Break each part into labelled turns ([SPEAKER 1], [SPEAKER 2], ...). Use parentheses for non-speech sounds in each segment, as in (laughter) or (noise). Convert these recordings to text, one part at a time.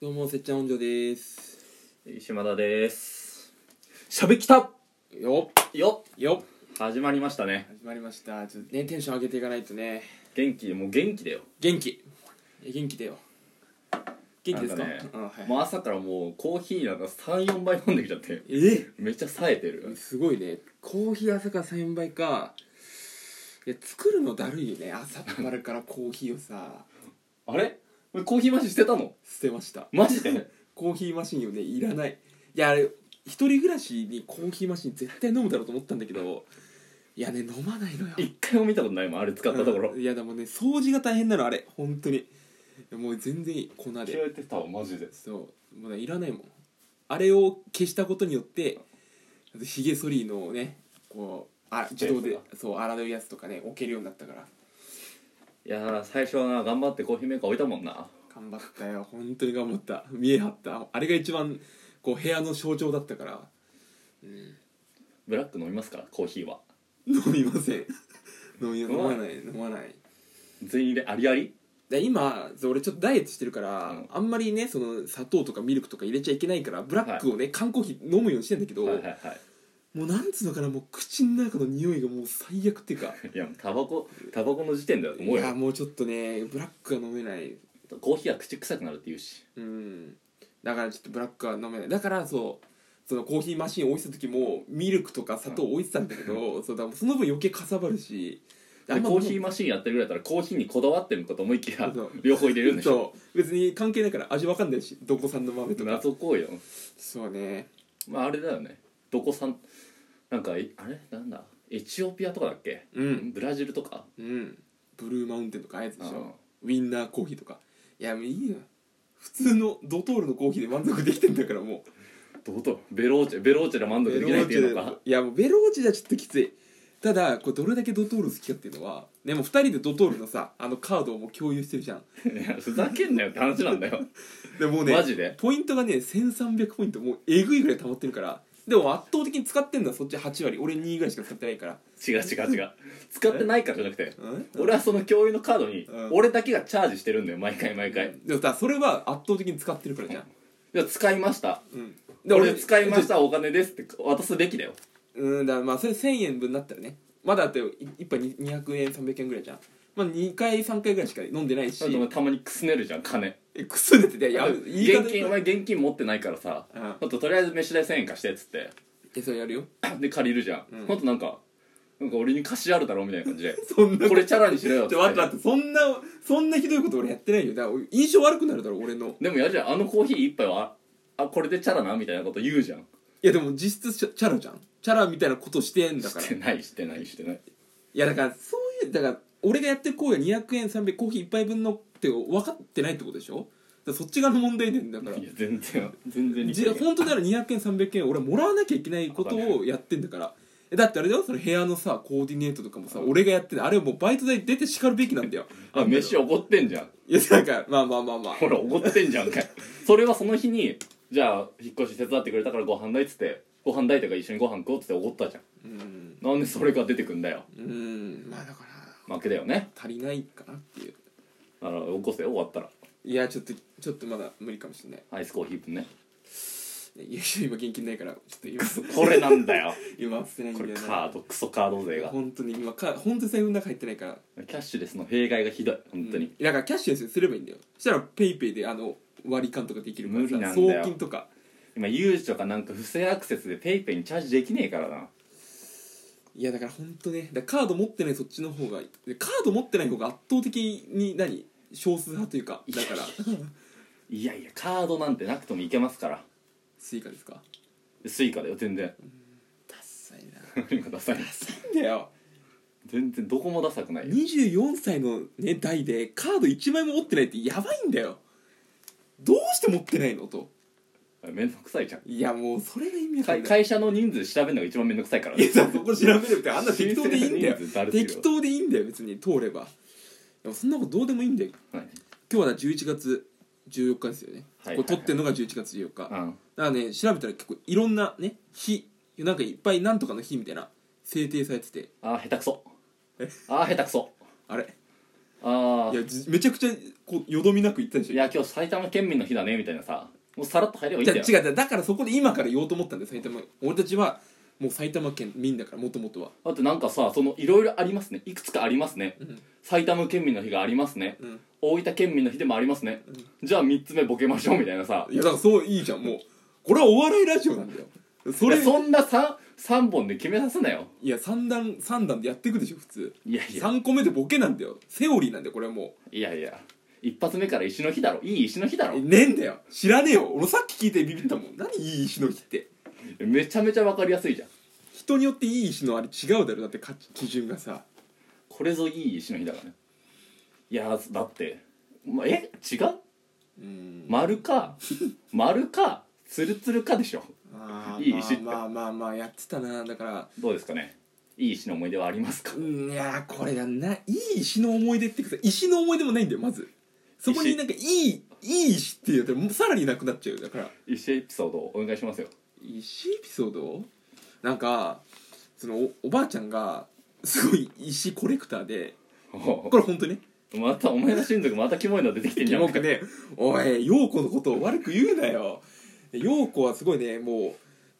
[SPEAKER 1] どうも、せっちゃん音場です。
[SPEAKER 2] 島田ですしゃべきた
[SPEAKER 1] よ
[SPEAKER 2] よ
[SPEAKER 1] っよっ
[SPEAKER 2] 始まりましたね
[SPEAKER 1] 始まりました。ちょっとね、テンション上げていかないとね。
[SPEAKER 2] 元気もう元気だよ
[SPEAKER 1] 元気え元気だよ。元気ですか
[SPEAKER 2] なんかね
[SPEAKER 1] うん、はい。
[SPEAKER 2] もう朝からもうコーヒーなんか34杯飲んできちゃって
[SPEAKER 1] え
[SPEAKER 2] めっちゃ冴えてる
[SPEAKER 1] すごいね。コーヒー朝から3倍か。いや、作るのだるいよね。朝っぱらからコーヒーをさ、
[SPEAKER 2] あれ俺コーヒーマシンしてたの
[SPEAKER 1] 捨てました。
[SPEAKER 2] マジ (laughs) で
[SPEAKER 1] コーヒーマシンをね、いらない。いや、あれ、一人暮らしにコーヒーマシン絶対飲むだろうと思ったんだけど、いやね、飲まないのよ。
[SPEAKER 2] 一回も見たことないもんあれ使ったところ
[SPEAKER 1] うんいやでもね掃除が大変なのあれ本当にもう全然いい粉で
[SPEAKER 2] えてたわマジで
[SPEAKER 1] そうもうねいらないもんあれを消したことによってヒゲ剃りのねこうあ自動
[SPEAKER 2] スペ
[SPEAKER 1] で
[SPEAKER 2] ース
[SPEAKER 1] そう洗うやつとかね置けるようになったから
[SPEAKER 2] いやー最初はな頑張ってコーヒーメーカー置いたもんな
[SPEAKER 1] 頑張ったよ本当に頑張った見え張ったあれが一番こう部屋の象徴だったから、うん、
[SPEAKER 2] ブラック飲みますかコーヒーは
[SPEAKER 1] 飲みません飲み飲
[SPEAKER 2] うま
[SPEAKER 1] ま
[SPEAKER 2] い
[SPEAKER 1] ない飲まない
[SPEAKER 2] 全員でありあり
[SPEAKER 1] で今そう俺ちょっとダイエットしてるから、
[SPEAKER 2] うん
[SPEAKER 1] あんまりねその砂糖とかミルクとか入れちゃいけないからブラックをね、缶コーヒー飲むようにしてんだけど、
[SPEAKER 2] はいはいは
[SPEAKER 1] もうなんつうのかなもう口の中の匂いがもう最悪っていうか
[SPEAKER 2] いいやタバコタバコの時点だと
[SPEAKER 1] い
[SPEAKER 2] 思う
[SPEAKER 1] や
[SPEAKER 2] よ
[SPEAKER 1] もうちょっとねブラックが飲めない
[SPEAKER 2] コーヒーは口臭くなるって言うし
[SPEAKER 1] うんだからちょっとブラックは飲めないだからそうそのコーヒーマシン置いてた時もミルクとか砂糖置いてたんだけど、そうだからその分余計かさばるし
[SPEAKER 2] でコーヒーマシンやってるぐらいだったらコーヒーにこだわってるのかと思いきや
[SPEAKER 1] そう
[SPEAKER 2] 両方入れるんでしょ
[SPEAKER 1] そう別に関係ないから味わかんないしどこ産の豆とか
[SPEAKER 2] 謎こうよ
[SPEAKER 1] そうね
[SPEAKER 2] まああれだよねどこさんなんかいあれなんだエチオピアとかだっけ、
[SPEAKER 1] うん
[SPEAKER 2] ブラジルとか
[SPEAKER 1] うんブルーマウンテンとかああいうやつでし
[SPEAKER 2] うん
[SPEAKER 1] ょウィンナーコーヒーとかいやもういいよ普通のドトールのコーヒーで満足できてんだからも
[SPEAKER 2] どうとベローチェベローチェで満
[SPEAKER 1] う
[SPEAKER 2] 足できないっていうのか
[SPEAKER 1] いやもうベローチェじゃちょっときついただこれどれだけドトール好きかっていうのはでも2人でドトールのさあのカードをもう共有してるじゃん
[SPEAKER 2] いや (laughs) ふざけんなよって話なんだよ
[SPEAKER 1] でもうね
[SPEAKER 2] マジで
[SPEAKER 1] ポイントがね1300ポイントもうえぐいぐらい溜まってるからでも圧倒的に使ってんのはそっち8割俺2ぐらいしか使ってないから
[SPEAKER 2] 違う違う違う使ってないからじゃなくて
[SPEAKER 1] うん
[SPEAKER 2] 俺はその共有のカードに
[SPEAKER 1] うん
[SPEAKER 2] 俺だけがチャージしてるんだよ毎回毎回
[SPEAKER 1] でもさそれは圧倒的に使ってるからじゃん、
[SPEAKER 2] いや使いました
[SPEAKER 1] うん、
[SPEAKER 2] で俺使いましたお金ですって渡すべきだよ
[SPEAKER 1] うんだからまあそれ1000円分だったらねまだだって1杯に200円300円ぐらいじゃんまあ2回3回ぐらいしか飲んでないし
[SPEAKER 2] だってお前たまにくすねるじゃん金
[SPEAKER 1] えくすんでてていや言い方
[SPEAKER 2] 現金お前現金持ってないからさ
[SPEAKER 1] うん
[SPEAKER 2] あととりあえず飯代1000円貸してっつって (clears throat)
[SPEAKER 1] えそれやるよ
[SPEAKER 2] で借りるじゃん、
[SPEAKER 1] うん
[SPEAKER 2] ほんとなんかなんか俺に貸しあるだろみたいな感じで
[SPEAKER 1] (laughs) そんな
[SPEAKER 2] これチャラにしろよっ
[SPEAKER 1] ち
[SPEAKER 2] つ
[SPEAKER 1] ょ
[SPEAKER 2] っ
[SPEAKER 1] 待って待
[SPEAKER 2] て
[SPEAKER 1] ってそんなそんなひどいこと俺やってないよだから印象悪くなるだろ俺の
[SPEAKER 2] でもやじゃんあのコーヒー一杯はあこれでチャラなみたいなこと言うじゃん
[SPEAKER 1] いやでも実質チャチャラじゃんチャラみたいなことしてんだから
[SPEAKER 2] し
[SPEAKER 1] い
[SPEAKER 2] てないしてないしてない
[SPEAKER 1] やだからそういうだから俺がやってる行為は200円300コーヒー1杯分のって分かってないってことでしょだからそっち側の問題でだから
[SPEAKER 2] いや全然全然理
[SPEAKER 1] じ
[SPEAKER 2] 解できない
[SPEAKER 1] 本当なら200円300円俺もらわなきゃいけないことをやってんだからえだってあれだよそれ部屋のさコーディネートとかもさ俺がやってんだあれはもうバイト代出てしかるべきなんだよ
[SPEAKER 2] あ飯おごってんじゃん
[SPEAKER 1] いやなんかまあまあまあまあ
[SPEAKER 2] ほらおごってんじ
[SPEAKER 1] (laughs)
[SPEAKER 2] ゃんかいそれはその日にじゃあ引っ越し手伝ってくれたからご飯代っつってご飯代とか一緒にご飯食おうっつっておごったじゃん
[SPEAKER 1] うん
[SPEAKER 2] なんでそれが出てくんだよ
[SPEAKER 1] うんまあだから
[SPEAKER 2] 負けだよね
[SPEAKER 1] 足りないかなっていう
[SPEAKER 2] だから起こせよ終わったら
[SPEAKER 1] いやちょっとちょっとまだ無理かもしれない
[SPEAKER 2] アイスコーヒー分ね
[SPEAKER 1] いや今現金ないからちょっと今
[SPEAKER 2] クソこれなんだよ
[SPEAKER 1] 今捨て (laughs) ないん
[SPEAKER 2] こ
[SPEAKER 1] だ
[SPEAKER 2] れ
[SPEAKER 1] よ
[SPEAKER 2] カ
[SPEAKER 1] な
[SPEAKER 2] ードクソカード勢が
[SPEAKER 1] 本当に今か本当に財布の中入ってないから
[SPEAKER 2] キャッシュレスの弊害がひどい本当
[SPEAKER 1] うん
[SPEAKER 2] に、
[SPEAKER 1] だからキャッシュレスにすればいいんだよそしたらペイペイであの割り勘とかできるからさ
[SPEAKER 2] 無理なんだよ
[SPEAKER 1] 送金とか
[SPEAKER 2] 今ゆうちょかなんか不正アクセスでペイペイにチャージできねえからない
[SPEAKER 1] やだから本当ねだからカード持ってないそっちの方がでカード持ってない方が圧倒的に何少数派というかだから
[SPEAKER 2] いやいやカードなんてなくてもいけますから
[SPEAKER 1] スイカですか
[SPEAKER 2] スイカだよ全然
[SPEAKER 1] ダッサいな
[SPEAKER 2] 今ダサい
[SPEAKER 1] なんだよ
[SPEAKER 2] 全然どこもダサくないよ
[SPEAKER 1] 24歳のね代でカード1枚も持ってないってやばいんだよどうして持ってないのと
[SPEAKER 2] めんどくさいじゃん
[SPEAKER 1] いやもうそれが意味わか
[SPEAKER 2] 会
[SPEAKER 1] んない
[SPEAKER 2] 会社の人数調べるのが一番めんどくさいから
[SPEAKER 1] い
[SPEAKER 2] ね
[SPEAKER 1] やさそこ調べなくてあんな適当 (laughs) でいいんだよ
[SPEAKER 2] 申請の人数だるいよ
[SPEAKER 1] 適当でいいんだよ別に通ればでもそんなことどうでもいいんだよ
[SPEAKER 2] はい
[SPEAKER 1] 今日はだ11月14日ですよね、
[SPEAKER 2] はい
[SPEAKER 1] これ撮ってるのが11月14日、だ
[SPEAKER 2] う
[SPEAKER 1] か
[SPEAKER 2] ん
[SPEAKER 1] らね調べたら結構いろんなね日なんかいっぱいなんとかの日みたいな制定されてて
[SPEAKER 2] あー下手くそあー下手くそ
[SPEAKER 1] あれ
[SPEAKER 2] ああ
[SPEAKER 1] いやじめちゃくちゃこうよどみなく言ってたでしょ
[SPEAKER 2] いや今日埼玉県民の日だねみたいなさもうさらっと入ればいいん
[SPEAKER 1] じゃ
[SPEAKER 2] だよ
[SPEAKER 1] 違う違うだからそこで今から言おうと思ったんだよ埼玉俺たちはもう埼玉県民だからもともとは
[SPEAKER 2] だってなんかさそのいろいろありますねいくつかありますね、
[SPEAKER 1] ん
[SPEAKER 2] 埼玉県民の日がありますね、
[SPEAKER 1] うん
[SPEAKER 2] 大分県民の日でもありますね、じゃあ3つ目ボケましょうみたいなさ
[SPEAKER 1] いやだからそういいじゃんもうこれはお笑いラジオなんだよそ
[SPEAKER 2] そ
[SPEAKER 1] れ
[SPEAKER 2] れそんな 3, 三本で決めさせなよ
[SPEAKER 1] いや三段三段でやっていくでしょ普通
[SPEAKER 2] いやいや
[SPEAKER 1] 3個目でボケなんだよセオリーなんだよこれはも
[SPEAKER 2] いやいや一発目から石の日だろいい石の日だ
[SPEAKER 1] うえ
[SPEAKER 2] ろ
[SPEAKER 1] ねえんだよ知らねえよ俺さっき聞いてビビったもん何いい石の日って
[SPEAKER 2] めちゃめちゃ分かりやすいじゃん
[SPEAKER 1] 人によっていい石のあれ違うだろだって価値基準がさ
[SPEAKER 2] これぞいい石の日だからねいやーだって、ま、え違う
[SPEAKER 1] うん
[SPEAKER 2] 丸か丸かツルツルかでしょ
[SPEAKER 1] あー
[SPEAKER 2] いい石って
[SPEAKER 1] まあまあまあまあやってたなだから
[SPEAKER 2] どうですかねいい石の思い出はありますか
[SPEAKER 1] うんいやーこれがないい石の思い出っていうかさ石の思い出もないんだよまずそこになんかいいいい石っていうのってさらになくなっちゃうよだから
[SPEAKER 2] 石エピソードをお願いしますよ
[SPEAKER 1] 石エピソードなんかそのおおばあちゃんがすごい石コレクターでこれ本当ね
[SPEAKER 2] またお前の親族またキモいの出てきてんじゃん
[SPEAKER 1] 僕ね「おい陽子のことを悪く言うなよ」陽子はすごいねも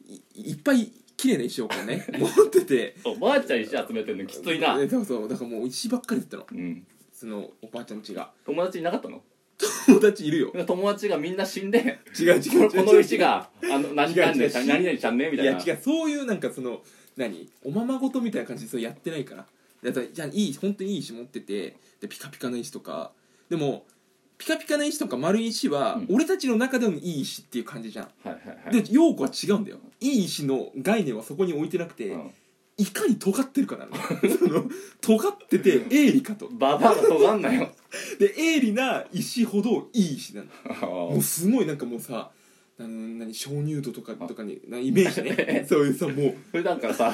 [SPEAKER 1] ういいっぱい綺麗な石をこう
[SPEAKER 2] (laughs)
[SPEAKER 1] ね持ってて
[SPEAKER 2] おばあちゃん石集めてんのきついな
[SPEAKER 1] えそうそうだからもう石ばっかりだったの
[SPEAKER 2] うん
[SPEAKER 1] そのおばあちゃんちが
[SPEAKER 2] 友達いなかったの
[SPEAKER 1] 友達いるよ
[SPEAKER 2] 友達がみんな死んで
[SPEAKER 1] 違う違う (laughs) 違う違う
[SPEAKER 2] この石があの何
[SPEAKER 1] 違う違う
[SPEAKER 2] 々ちゃん
[SPEAKER 1] 死ん
[SPEAKER 2] 何々ちゃんねみた
[SPEAKER 1] い
[SPEAKER 2] い
[SPEAKER 1] や
[SPEAKER 2] な
[SPEAKER 1] 違うそういうなんかその何おままごとみたいな感じでそれやってないからだからじゃあいい本当にいい石持っててでピカピカな石とかでもピカピカな石とか丸い石は、
[SPEAKER 2] うん
[SPEAKER 1] 俺たちの中でのいい石っていう感じじゃん、
[SPEAKER 2] はいはいはい
[SPEAKER 1] で陽子は違うんだよいい石の概念はそこに置いてなくて、
[SPEAKER 2] う
[SPEAKER 1] いかに尖ってるかなの (laughs) その尖ってて鋭利かと
[SPEAKER 2] んババアが尖んなよ
[SPEAKER 1] で鋭利な石ほどいい石なの
[SPEAKER 2] あー
[SPEAKER 1] もうすごいなんかもうさあの何鍾乳洞とかとかになイメージ
[SPEAKER 2] (laughs)
[SPEAKER 1] ねそういうさもう
[SPEAKER 2] 普段からさ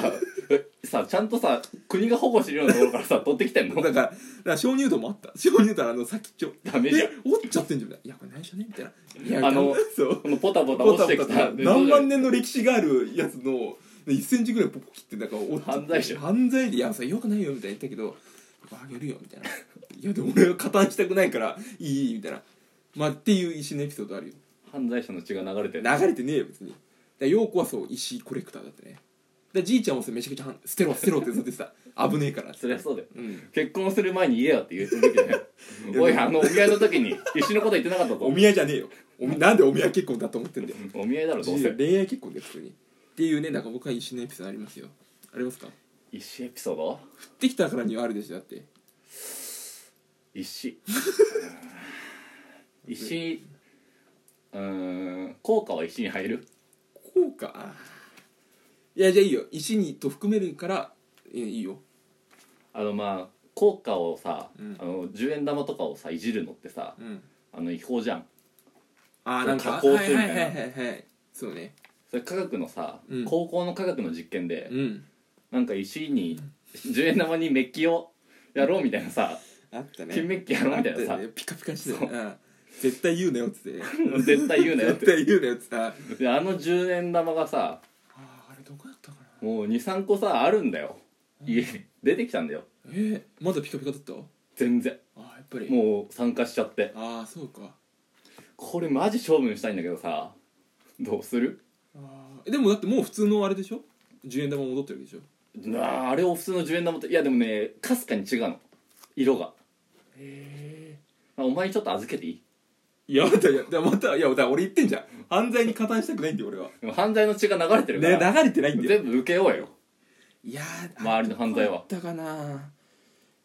[SPEAKER 2] さちゃんとさ国が保護してるようなところか
[SPEAKER 1] (laughs)
[SPEAKER 2] らさ取ってきてんの
[SPEAKER 1] だからだから鍾乳洞もあった鍾乳洞のあの先っちょ
[SPEAKER 2] ダメじゃん
[SPEAKER 1] え折っちゃってんじゃないいやこれ内緒ねみたいないや
[SPEAKER 2] あの
[SPEAKER 1] ダメそう
[SPEAKER 2] このポタポタ
[SPEAKER 1] ポ
[SPEAKER 2] 落
[SPEAKER 1] タ
[SPEAKER 2] ち
[SPEAKER 1] ポ
[SPEAKER 2] て
[SPEAKER 1] タ
[SPEAKER 2] き
[SPEAKER 1] って
[SPEAKER 2] た
[SPEAKER 1] 何万年の歴史があるやつの1センチぐらいポコ切ってなんか折っちゃって
[SPEAKER 2] 犯罪者
[SPEAKER 1] 犯罪でいやさよくないよみたいに言ったけどあげるよみたいない (laughs) やでも俺は加担したくないからいいいいみたいなまあっていう石のエピソードあるよ
[SPEAKER 2] 犯罪者の血が流れてる
[SPEAKER 1] 流れてねえよ別にで陽子はそう石コレクターだってねでじいちゃんもそれめちゃくちゃはん捨てろ捨てろってずっと言って
[SPEAKER 2] (laughs)
[SPEAKER 1] た危ねえからって
[SPEAKER 2] そりゃそうだよ
[SPEAKER 1] うん
[SPEAKER 2] 結婚する前に言えよって言ってる
[SPEAKER 1] (laughs)
[SPEAKER 2] 時だよ
[SPEAKER 1] や
[SPEAKER 2] おいあのお見合いの時に石のこと言ってなかった
[SPEAKER 1] お
[SPEAKER 2] ぞ
[SPEAKER 1] 見合いじゃねえよおみなんでお見合い結婚だと思ってんだよ
[SPEAKER 2] お見合いだろどうせ
[SPEAKER 1] 恋愛結婚で普通にっていうねなんか僕は石のエピソードありますよありますか
[SPEAKER 2] 石エピソード
[SPEAKER 1] 降ってきたからにはあるでしょだって
[SPEAKER 2] 石石うーん効果は石に入る
[SPEAKER 1] こうかあーいやじゃあいいよ石にと含めるからえいいよ
[SPEAKER 2] あのまあ効果をさ、
[SPEAKER 1] うん
[SPEAKER 2] あの10円玉とかをさいじるのってさ
[SPEAKER 1] うん
[SPEAKER 2] あの違法じゃん
[SPEAKER 1] ああなんか
[SPEAKER 2] 加工するみ
[SPEAKER 1] は
[SPEAKER 2] た
[SPEAKER 1] い
[SPEAKER 2] い
[SPEAKER 1] は
[SPEAKER 2] ない
[SPEAKER 1] はいはいはいそうね
[SPEAKER 2] それ科学のさ、
[SPEAKER 1] うん
[SPEAKER 2] 高校の科学の実験で、
[SPEAKER 1] うん
[SPEAKER 2] なんか石に10円玉にメッキをやろうみたいなさ
[SPEAKER 1] あったね
[SPEAKER 2] 金メッキやろうみたい
[SPEAKER 1] あ
[SPEAKER 2] なさ
[SPEAKER 1] ったよねピカピカしてたよねうん絶対言うなよっつって
[SPEAKER 2] 絶対言うなよっ
[SPEAKER 1] 絶
[SPEAKER 2] て
[SPEAKER 1] 対言うなよっつってあ
[SPEAKER 2] であの10円玉がさ
[SPEAKER 1] ああれどこだったかな
[SPEAKER 2] もう23個さあるんだよ家に出てきたんだよ
[SPEAKER 1] えー、まだピカピカだった
[SPEAKER 2] 全然
[SPEAKER 1] ああやっぱり
[SPEAKER 2] もう酸化しちゃって
[SPEAKER 1] ああそうか
[SPEAKER 2] これマジ処分したいんだけどさどうする
[SPEAKER 1] あーでもだってもう普通のあれでしょ10円玉戻ってるわけでしょ
[SPEAKER 2] うわーあれを普通の10円玉っていやでもねかすかに違うの色が
[SPEAKER 1] へ
[SPEAKER 2] あお前にちょっと預けていい
[SPEAKER 1] えいやだいやだまたいやだから俺言ってんじゃん犯罪に加担したくないんだよ俺は
[SPEAKER 2] でも犯罪の血が流れてるか
[SPEAKER 1] ね
[SPEAKER 2] ら、
[SPEAKER 1] 流れてないんだよ
[SPEAKER 2] 全部受けようよ
[SPEAKER 1] いやー
[SPEAKER 2] 周りの犯罪は
[SPEAKER 1] あったかな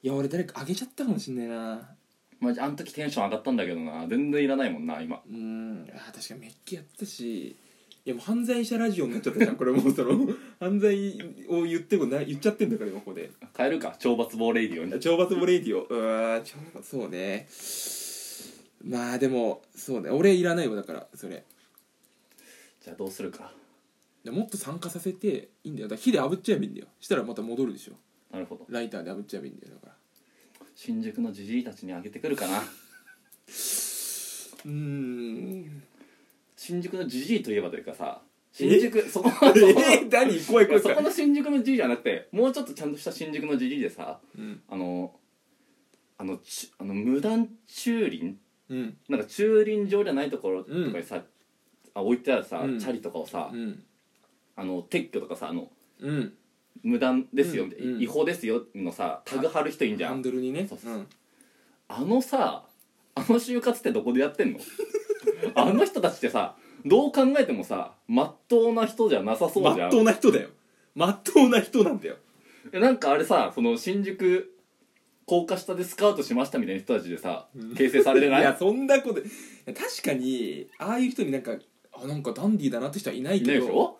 [SPEAKER 1] いや俺誰かあげちゃったかもしんないな
[SPEAKER 2] マジあの時テンション上がったんだけどな全然いらないもんな今
[SPEAKER 1] うーんあー確かにメッキやってたしいやもう犯罪者ラジオになっちゃったじ
[SPEAKER 2] (laughs)
[SPEAKER 1] ゃんこれもうその犯罪を言ってもな言っちゃってんだから今ここで
[SPEAKER 2] 変えるか懲罰暴レイディオに
[SPEAKER 1] 懲罰ボレイディオうーん懲罰そうねまあでもそうね俺いらないわだからそれ
[SPEAKER 2] じゃあどうするか
[SPEAKER 1] でもっと酸化させていいんだよだから火で炙っちゃえばいいんだよしたらまた戻るでしょ
[SPEAKER 2] なるほど
[SPEAKER 1] ライターで炙っちゃえばいいんだよだから
[SPEAKER 2] 新宿のじじいたちにあげてくるかな
[SPEAKER 1] うーん
[SPEAKER 2] 新宿のじじいといえばというかさ
[SPEAKER 1] え
[SPEAKER 2] 新宿そこそこ
[SPEAKER 1] えー、 (laughs) 何怖い怖い
[SPEAKER 2] そ
[SPEAKER 1] 怖
[SPEAKER 2] こ
[SPEAKER 1] い、
[SPEAKER 2] の新宿のじじいじゃなくてもうちょっとちゃんとした新宿のじじいでさ
[SPEAKER 1] うん、
[SPEAKER 2] あのあのちあの無断駐輪
[SPEAKER 1] うん
[SPEAKER 2] なんか駐輪場じゃないところとかにさ、あ置いてあるさ、
[SPEAKER 1] うん
[SPEAKER 2] チャリとかをさ、
[SPEAKER 1] うん
[SPEAKER 2] あの撤去とかさあの
[SPEAKER 1] うん
[SPEAKER 2] 無断ですよみたいな、
[SPEAKER 1] うん
[SPEAKER 2] 違法ですよのさタグ貼る人いんじゃ
[SPEAKER 1] ハン
[SPEAKER 2] ん
[SPEAKER 1] ドルにね
[SPEAKER 2] そう
[SPEAKER 1] う
[SPEAKER 2] そ
[SPEAKER 1] ん
[SPEAKER 2] あのさあの就活ってどこでやってんの (laughs) あの人たちってさどう考えてもさまっとうな人じゃなさそうじ
[SPEAKER 1] まっ
[SPEAKER 2] ゃん
[SPEAKER 1] とうな人だよまっとうな人なんだよ
[SPEAKER 2] えなんかあれさその新宿高架下でスカウトしましたみたいな人たちでさ
[SPEAKER 1] うん
[SPEAKER 2] 形成されてな
[SPEAKER 1] (laughs)
[SPEAKER 2] いい
[SPEAKER 1] やそんなこと確かにああいう人になんかあなんかダンディーだなって人はいない
[SPEAKER 2] いない
[SPEAKER 1] けど
[SPEAKER 2] でしょ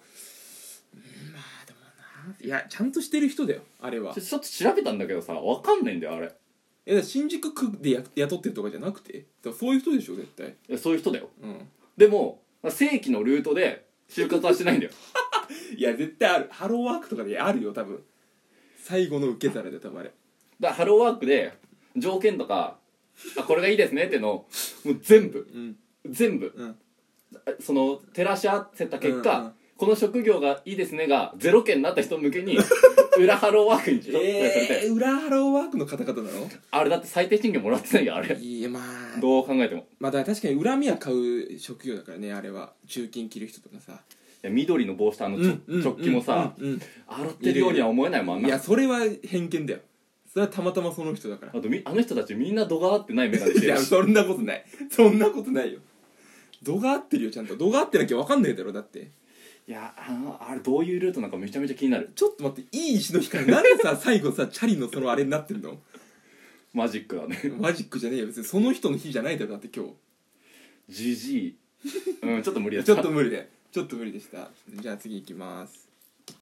[SPEAKER 1] いやちゃんとしてる人だよあれは
[SPEAKER 2] ちょちょっと調べたんだけどさわかんないんだよあれ
[SPEAKER 1] えだから新宿区でや雇ってるとかじゃなくてだからそういう人でしょ絶対
[SPEAKER 2] いやそういう人だよ
[SPEAKER 1] うん
[SPEAKER 2] でも正規のルートで就活はしてないんだよ
[SPEAKER 1] いや絶対あるハローワークとかであるよ多分最後の受け皿で多分あれ
[SPEAKER 2] だからハローワークで条件とかあこれがいいですねっていうのをもう全部
[SPEAKER 1] うん
[SPEAKER 2] 全部
[SPEAKER 1] うん
[SPEAKER 2] その照らし合わせた結果、
[SPEAKER 1] うんうん
[SPEAKER 2] この職業がいいですねがゼロ件になった人
[SPEAKER 1] (laughs)
[SPEAKER 2] 向けに裏ハローワークに紹介されて、
[SPEAKER 1] えー、裏ハローワークの方々なの
[SPEAKER 2] あれだって最低賃金もらってないよあれ
[SPEAKER 1] いやまあ
[SPEAKER 2] どう考えても
[SPEAKER 1] まあだから確かに恨みは買う職業だからねあれは中金着る人とかさ
[SPEAKER 2] いや緑の帽子とあのちょ直帰もさ
[SPEAKER 1] うんうん
[SPEAKER 2] 洗ってるようには思えないもんあん
[SPEAKER 1] い
[SPEAKER 2] な
[SPEAKER 1] やそれは偏見だよそれはたまたまその人だから
[SPEAKER 2] あとみあの人たちみんな度が合ってない眼鏡
[SPEAKER 1] (laughs)
[SPEAKER 2] し
[SPEAKER 1] い
[SPEAKER 2] てる
[SPEAKER 1] や
[SPEAKER 2] し
[SPEAKER 1] そんなことないそんなことないよ度が合ってるよちゃんと度が合ってなきゃ分かんないだろだって
[SPEAKER 2] いやあのあれどういうルートなんかめちゃめちゃ気になる
[SPEAKER 1] ちょっと待っていい石の光なんで (laughs) さ最後さチャリのそのあれになってんの
[SPEAKER 2] マジックだね
[SPEAKER 1] マジックじゃねえよ別にその人の日じゃないだろだって今
[SPEAKER 2] ジジイうんちょっと無理
[SPEAKER 1] 日
[SPEAKER 2] だ
[SPEAKER 1] ちょっと無理でちょっと無理でしたじゃあ次行きます